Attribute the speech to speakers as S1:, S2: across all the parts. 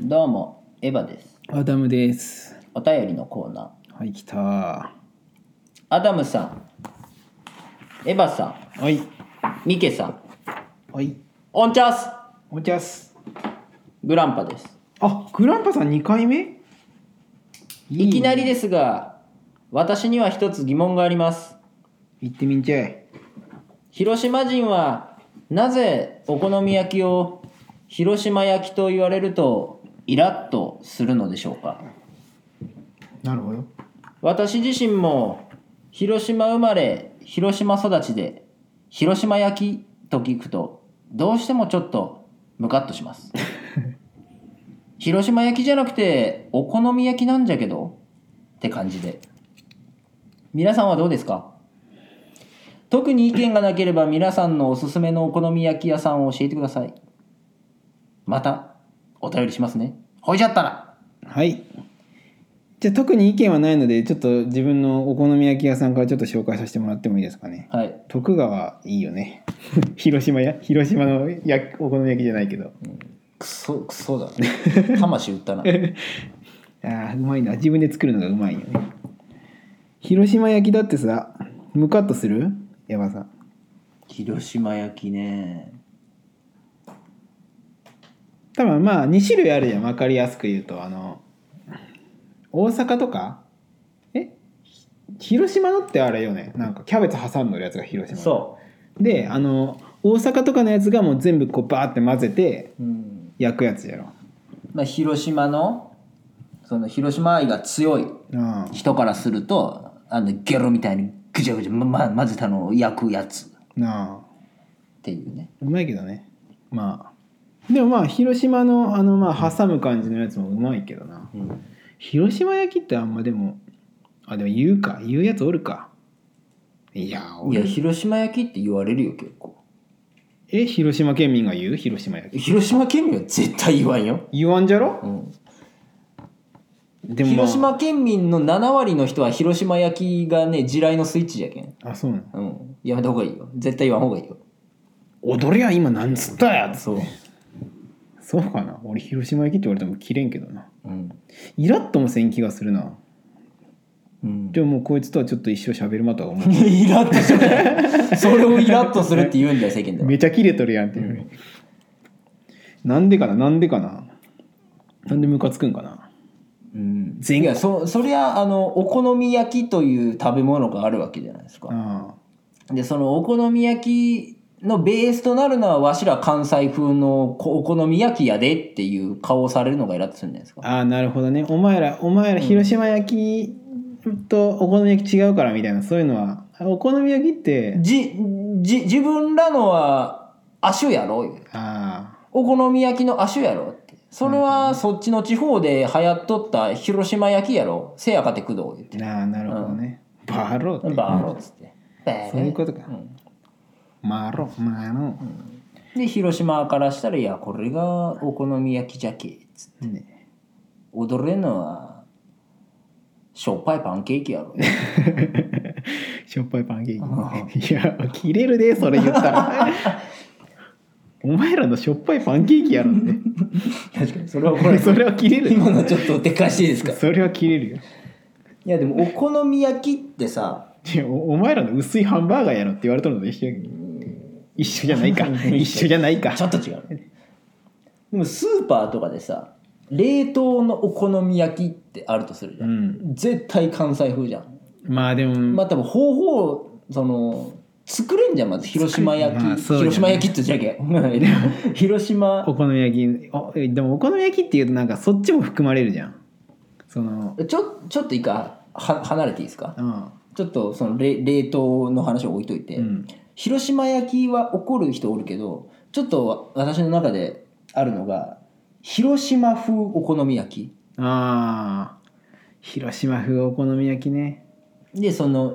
S1: どうも、エヴァです。
S2: アダムです。
S1: お便りのコーナー。
S2: はい、来た。は
S1: アダムさん、エヴァさん、
S2: い。
S1: ミケさん、
S2: はい。
S1: オンチャス
S2: おじゃす。
S1: グランパです。
S2: あ、グランパさん二回目
S1: いきな
S2: り。
S1: りですが、私には一つ疑問があります。
S2: 行ってみんちゃい。
S1: 広島人はなぜお好み焼きを広島焼きと言われるとイラッとするのでしょうか
S2: なるほど。
S1: 私自身も広島生まれ広島育ちで広島焼きと聞くとどうしてもちょっとムカッとします 広島焼きじゃなくてお好み焼きなんじゃけどって感じで皆さんはどうですか特に意見がなければ皆さんのおすすめのお好み焼き屋さんを教えてくださいまたお便りしますねほいじゃったら
S2: はい。じゃあ特に意見はないので、ちょっと自分のお好み焼き屋さんからちょっと紹介させてもらってもいいですかね。
S1: はい
S2: 徳川いいよね。 広島や広島の焼きお好み焼きじゃないけど。
S1: クソクソだね 魂売ったな
S2: ああうまいな自分で作るのがうまいよね広島焼きだってさムカッとするヤバさん
S1: 広島焼きね
S2: 多分まあ2種類あるじゃん分かりやすく言うとあの大阪とかえひ広島のってあれよねなんかキャベツ挟んでるやつが広島
S1: そ
S2: であの大阪とかのやつがもう全部こうバーって混ぜて
S1: う、うん
S2: 焼くやつやろ
S1: まあ、広島のその広島愛が強い
S2: うん
S1: 人からするとあのゲロみたいにぐちゃぐちゃ、ま、混ぜたのを焼くやつっ
S2: なあ
S1: ていうね
S2: うまいけどねまあでもまあ広島のあのまあ挟む感じのやつもうまいけどな、
S1: うん
S2: 広島焼きってあんまでもあでも言うか言うやつおるかいや
S1: い
S2: 俺
S1: や広島焼きって言われるよ結構
S2: え広島県民が言う広島焼き
S1: 広島県民は絶対言わんよ、
S2: 言わんじゃろ
S1: うん、
S2: でも、まあ、
S1: 広島県民の7割の人は広島焼きがね地雷のスイッチじゃけん、
S2: あそうなの
S1: うん、やめた方がいいよ絶対言わん方がいいよ
S2: 踊りゃ今なんつったやつ
S1: そう、
S2: そうかな俺広島焼きって言われても切れんけどな
S1: うん
S2: イラッともせん気がするな
S1: うん、
S2: でももうこいつとはちょっと一生喋るまとは思う
S1: イラッとするそれをイラッとするって言うんだよ世間では
S2: めちゃ切れとるやんっていう、なんでかななんでかななんでムカつくんかな
S1: うん
S2: 全
S1: いやそそりゃあのお好み焼きという食べ物があるわけじゃないですか
S2: あ
S1: でそのお好み焼きのベースとなるのはわしら関西風のこお好み焼きやでっていう顔をされるのがイラッとするんじゃないです
S2: あ
S1: か
S2: ああなるほどねお前らお前ら広島焼きとお好み焼き違うからみたいなそういうのはお好み焼きって
S1: じじ自分らのは亜種やろいう
S2: ああ
S1: お好み焼きの亜種やろってそれはそっちの地方で流行っとった広島焼きやろせやかて工藤言って
S2: なあなるほどね、バロって
S1: バーロっつって。
S2: そういうことか
S1: ん
S2: マロマロ、
S1: で広島からしたら「いやこれがお好み焼きじゃけ」っつって
S2: ね
S1: 踊れんのはしょっぱいパンケーキやろ
S2: しょっぱいパンケーキいや切れるでそれ言った らお前らのしょっぱいパンケーキやろって
S1: 確かにそれは怒られる
S2: それは切れる
S1: 今のちょっとでか していいですか
S2: それは切れるよ
S1: いやでもお好み焼きってさ
S2: いやおお前らの薄いハンバーガーやろって言われとるのと一緒やけど一緒じゃな いか一緒じゃないか
S1: ちょっと違うねでもスーパーとかでさ冷凍のお好み焼きってあるとするじゃ、
S2: うんん
S1: 絶対関西風じゃん
S2: まあでも、
S1: まあ多分方法その作れんじゃんまず広島焼き、
S2: まあそうだね
S1: 広島焼きって言っちゃいけん 広島
S2: お好み焼きおえでもお好み焼きっていうとなんかそっちも含まれるじゃんその
S1: ちょちょっといいかは離れていいですか
S2: うん
S1: ちょっとその冷冷凍の話を置いといて、
S2: うん
S1: 広島焼きは怒る人おるけどちょっと私の中であるのが広島風お好み焼
S2: あー広島風お好み焼きね
S1: きでその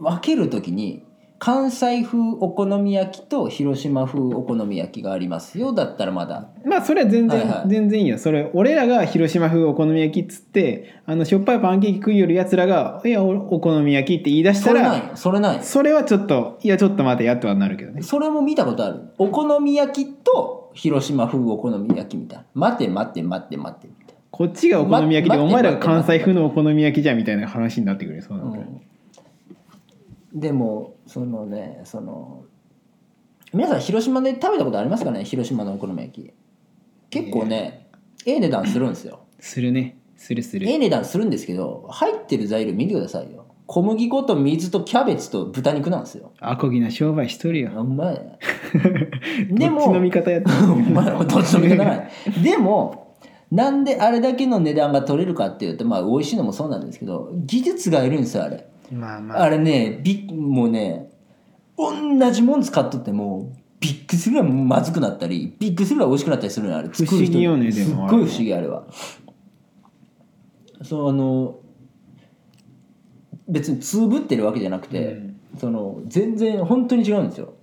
S1: 分ける時に関西風お好み焼きと広島風お好み焼きがありますよだったらまだ
S2: まあそれは全然、
S1: はいはい
S2: 全然いいよそれ俺らが広島風お好み焼きっつってあのしょっぱいパンケーキ食いよりやつらが「いやおお好み焼き」って言い出し
S1: そ
S2: た
S1: れな
S2: ら
S1: いよそれないよ
S2: それはちょっといやちょっと待てやってはなるけどね
S1: それも見たことあるお好み焼きと広島風お好み焼きみたいな待て待て待て待てみたい
S2: こっちがお好み焼きで、
S1: ま
S2: お前らが
S1: 待って待
S2: 関
S1: って
S2: 西風のお好み焼きじゃんみたいな話になってくるよそう
S1: な、
S2: な
S1: う
S2: ると
S1: ん、でもそのねその皆さん広島で食べたことありますかね広島のお好み焼き結構ねええ値段するんですよ
S2: するねするす
S1: ええ値段するんですけど入ってる材料見てくださいよ小麦粉と水とキャベツと豚肉なんですよ
S2: アコギな商売しとる よ
S1: うまいね
S2: で
S1: で
S2: も
S1: も
S2: どっちの味方やって
S1: お前はどっちの味方ないでもなんであれだけの値段が取れるかっていうとまあ美味しいのもそうなんですけど技術がいるんですよあれ
S2: まあま
S1: あれねびもうね同じもん使っとってもびっくりするぐらいまずくなったりびっくりするぐらい美味しくなったりするのよあれ
S2: 不思議よね
S1: 作る人
S2: でも
S1: すっごい不思議あれはそうあの別につぶってるわけじゃなくて、
S2: うん
S1: その全然本当に違うんですよ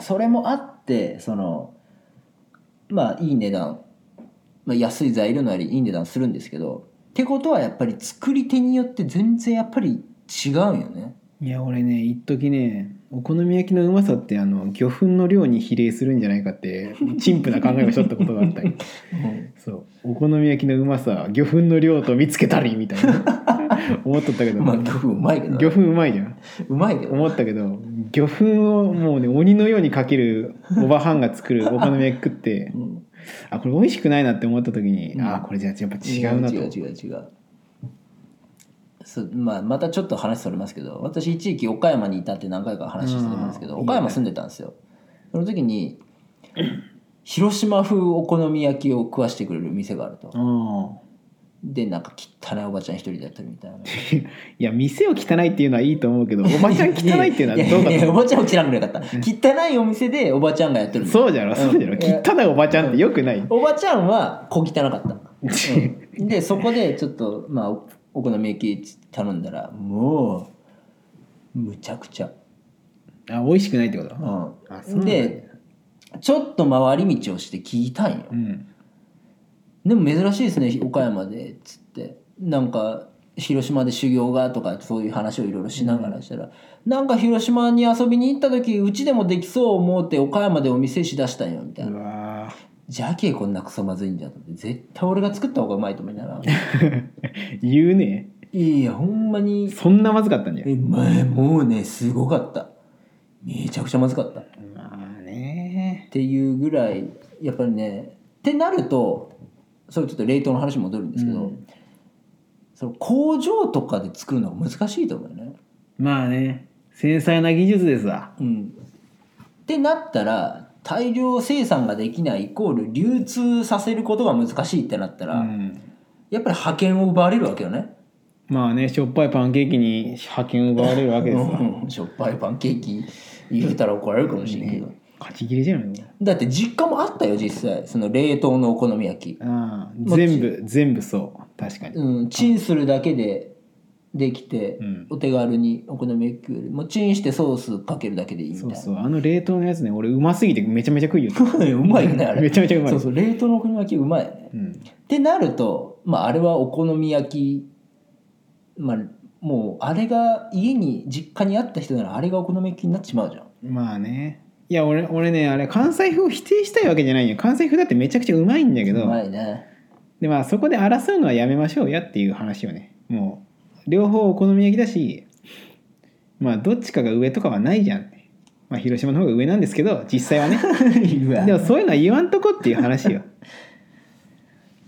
S1: それもあってそのまあいい値段、まあ、安い材料なりいい値段するんですけどってことはやっぱり作り手によって全然やっぱり違うよね
S2: いや俺ね一時ねお好み焼きのうまさってあの魚粉の量に比例するんじゃないかって陳腐な考えをしとったことがあっ たりそうお好み焼きのうまさ魚粉の量と見つけたりみたい な思っとったけど、
S1: まあ魚粉うまいけどね
S2: 魚粉うまいじゃん
S1: うまいけどね
S2: 思ったけど魚粉をもうね鬼のようにかけるおばはんが 作るお好み焼き食って
S1: うん
S2: あこれ美味しくないなって思った時に、
S1: うん
S2: あこれじゃあやっぱ違うなと
S1: 違う違う違うそうまあ、またちょっと話それますけど私一時期岡山にいたって何回か話してたと思うんですけど、
S2: うん
S1: 岡山住んでたんですよその時に広島風お好み焼きを食わしてくれる店があると
S2: うん
S1: でなんか汚いおばちゃん一人でやってるみたいない
S2: や店を汚いっていうのはいいと思うけどおばちゃん 汚いっていうのはどうか
S1: いやいやい
S2: と
S1: やお
S2: 思
S1: ばちゃんも汚くなかった汚いお店でおばちゃんがやってる
S2: う
S1: の
S2: そうじゃろそうじゃろ
S1: うんいや
S2: 汚いおばちゃんってよくない
S1: おばちゃんは小汚か った、うんでそこでちょっとまあおお好み焼き頼んだらもうむちゃくちゃ、、
S2: あ美味しくないってことあそううんなんだ
S1: でちょっと回り道をして聞いたんよ
S2: うん
S1: でも珍しいですね岡山でっつってなんか広島で修行がとかそういう話をいろいろしながらしたら、なんか広島に遊びに行った時うちでもできそう思うて岡山でお店しだしたんよみたいな
S2: うわ
S1: じゃけこんなクソまずいんじゃんと思って絶対俺が作った方がうまいと思いながら
S2: ー 言うね
S1: いやほんまに
S2: そんなまずかったんじゃ
S1: え前もうねすごかっためちゃくちゃまずかったっ
S2: まあね
S1: ていうぐらいやっぱりねってなるとそれちょっと冷凍の話に戻るんですけど、
S2: うん
S1: その工場とかで作るのは難しいと思うよね。
S2: まあね繊細な技術ですわ
S1: うん、ってなったら大量生産ができないイコール流通させることが難しいってなった
S2: う
S1: ら、
S2: ん
S1: やっぱり覇権を奪われるわけよね。
S2: まあねしょっぱいパンケーキに覇権を奪われるわけですわ
S1: うんしょっぱいパンケーキ言うたら怒られるかもしれんけど、
S2: 勝ち切れじゃないの
S1: だって実家もあったよ実際その冷凍のお好み焼き、
S2: ああ
S1: まあ
S2: 全部全部そう確かに
S1: うん、チンするだけでできて、
S2: うん
S1: お手軽にお好み焼きよりもうチンしてソースかけるだけでいいみたい
S2: そう
S1: な
S2: そうあの冷凍のやつね俺うますぎてめちゃめちゃ食いよった
S1: うまいよねあれ
S2: めちゃめちゃうまい
S1: そうそう冷凍のお好み焼きうまいよね
S2: うん
S1: ってなると、まあ、あれはお好み焼き、まあ、もうあれが家に実家にあった人ならあれがお好み焼きになってしまうじゃん
S2: まあねいや俺俺ねあれ関西風を否定したいわけじゃないよ関西風だってめちゃくちゃうまいんだけ
S1: う
S2: ど
S1: まいね
S2: で、まあ、そこで争うのはやめましょうやっていう話をねもう両方お好み焼きだしまあどっちかが上とかはないじゃん、まあ、広島の方が上なんですけど実際はね
S1: うわ
S2: でもそういうのは言わんとこっていう話 よ、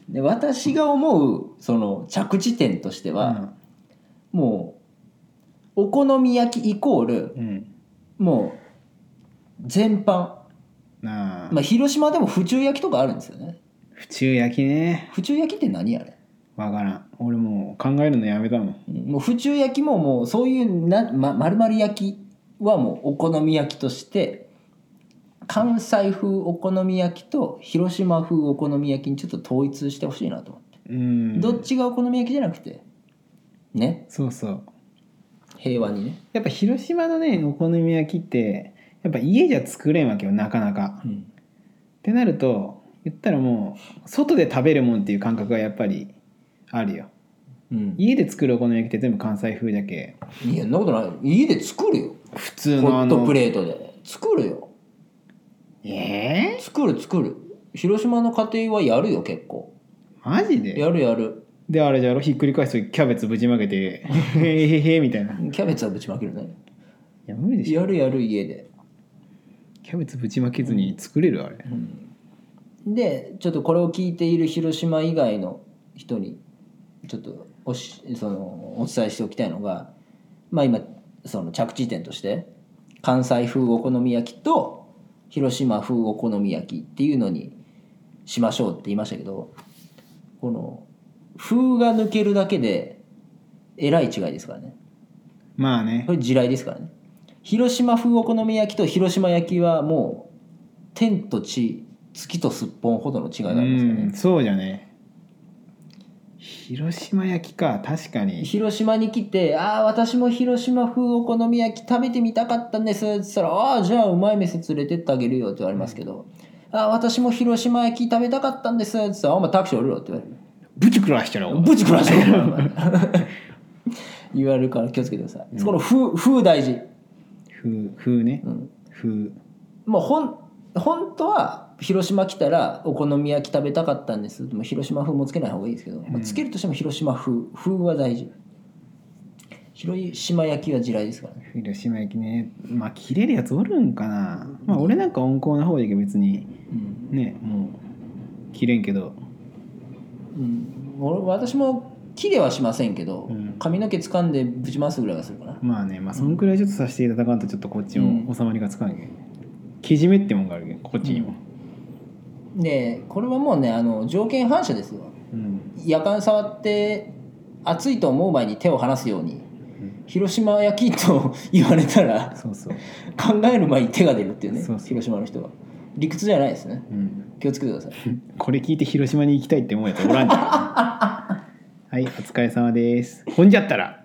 S1: で私が思うその着地点として
S2: う
S1: は、
S2: ん
S1: もうお好み焼きイコール
S2: うん、
S1: もう全般、
S2: なあ、
S1: まあ、広島でも府中焼きとかあるんですよね
S2: 府中焼きね
S1: 府中焼きって何あれ
S2: わからん俺もう考えるのやめたもん
S1: もう府中焼きももうそういうな、ま、丸々焼きはもうお好み焼きとして関西風お好み焼きと広島風お好み焼きにちょっと統一してほしいなと思って、
S2: うん
S1: どっちがお好み焼きじゃなくてね
S2: そうそう
S1: 平和にね、
S2: やっぱ広島のねお好み焼きってやっぱ家じゃ作れんわけよなかなか。
S1: うん
S2: ってなると言ったらもう外で食べるもんっていう感覚がやっぱりあるよ。
S1: うん、
S2: 家で作るお好み焼きって全部関西風だけ
S1: いやそんなことない家で作るよ
S2: 普通
S1: ホ
S2: のあ
S1: ット
S2: の
S1: プレートで作るよ
S2: ええ
S1: 作る作る広島の家庭はやるよ結構
S2: マジで
S1: やるやる
S2: であれじゃろひっくり返すとキャベツぶちま けてへへへみたいない
S1: キャベツはぶちまけるね
S2: や無理でしょ
S1: やるやる家で、
S2: キャベツぶちまけずに作れるあれ
S1: うんでちょっとこれを聞いている広島以外の人にちょっとおしそのお伝えしておきたいのがまあ今その着地点として関西風お好み焼きと広島風お好み焼きっていうのにしましょうって言いましたけどこの風が抜けるだけでえらい違いですからね
S2: まあね
S1: これ地雷ですからね広島風お好み焼きと広島焼きはもう天と地月とすっぽんほどの違いがありますよ
S2: うん
S1: ね
S2: そうじゃね広島焼きか確かに
S1: 広島に来て「ああ私も広島風お好み焼き食べてみたかったんです」っつったら「ああじゃあうまい店連れてってあげるよ」って言われますけど「ああ私も広島焼き食べたかったんです」っつったら「お前タクシー降りろ」って言われる
S2: ぶち食らしちゃろ
S1: ぶち食らしてるお前 言われるから気をつけてください、この風風大事
S2: 風風ね、
S1: ん
S2: 風
S1: もうほん本当は広島来たらお好み焼き食べたかったんですでも広島風もつけない方がいいですけど、まあつけるとしても広島風風は大事広島焼きは地雷ですからね
S2: 広島焼きねまあ切れるやつおるんかなまあ俺なんか温厚な方やけど別に
S1: うん、
S2: ねもう切れんけど
S1: うん、俺私も切れはしませんけど、
S2: うん
S1: 髪の毛掴んでぶち回すぐらいはするかな
S2: まあねまあそんくらいちょっとさせていただかんとちょっとこっち
S1: うん
S2: も収まりがつかんけ、けじめってもんがあるけんこっちにも、
S1: でこれはもうねあの条件反射ですよ
S2: うん
S1: 夜間触って熱いと思う前に手を離すように広島焼きと言われたら
S2: そうそう、
S1: 考える前に手が出るっていうね
S2: そうそう
S1: 広島の人は理屈じゃないですね
S2: うん、
S1: 気をつけてください
S2: これ聞いて広島に行きたいって思うやつおらんじゃんはいお疲れ様ですほんじゃったら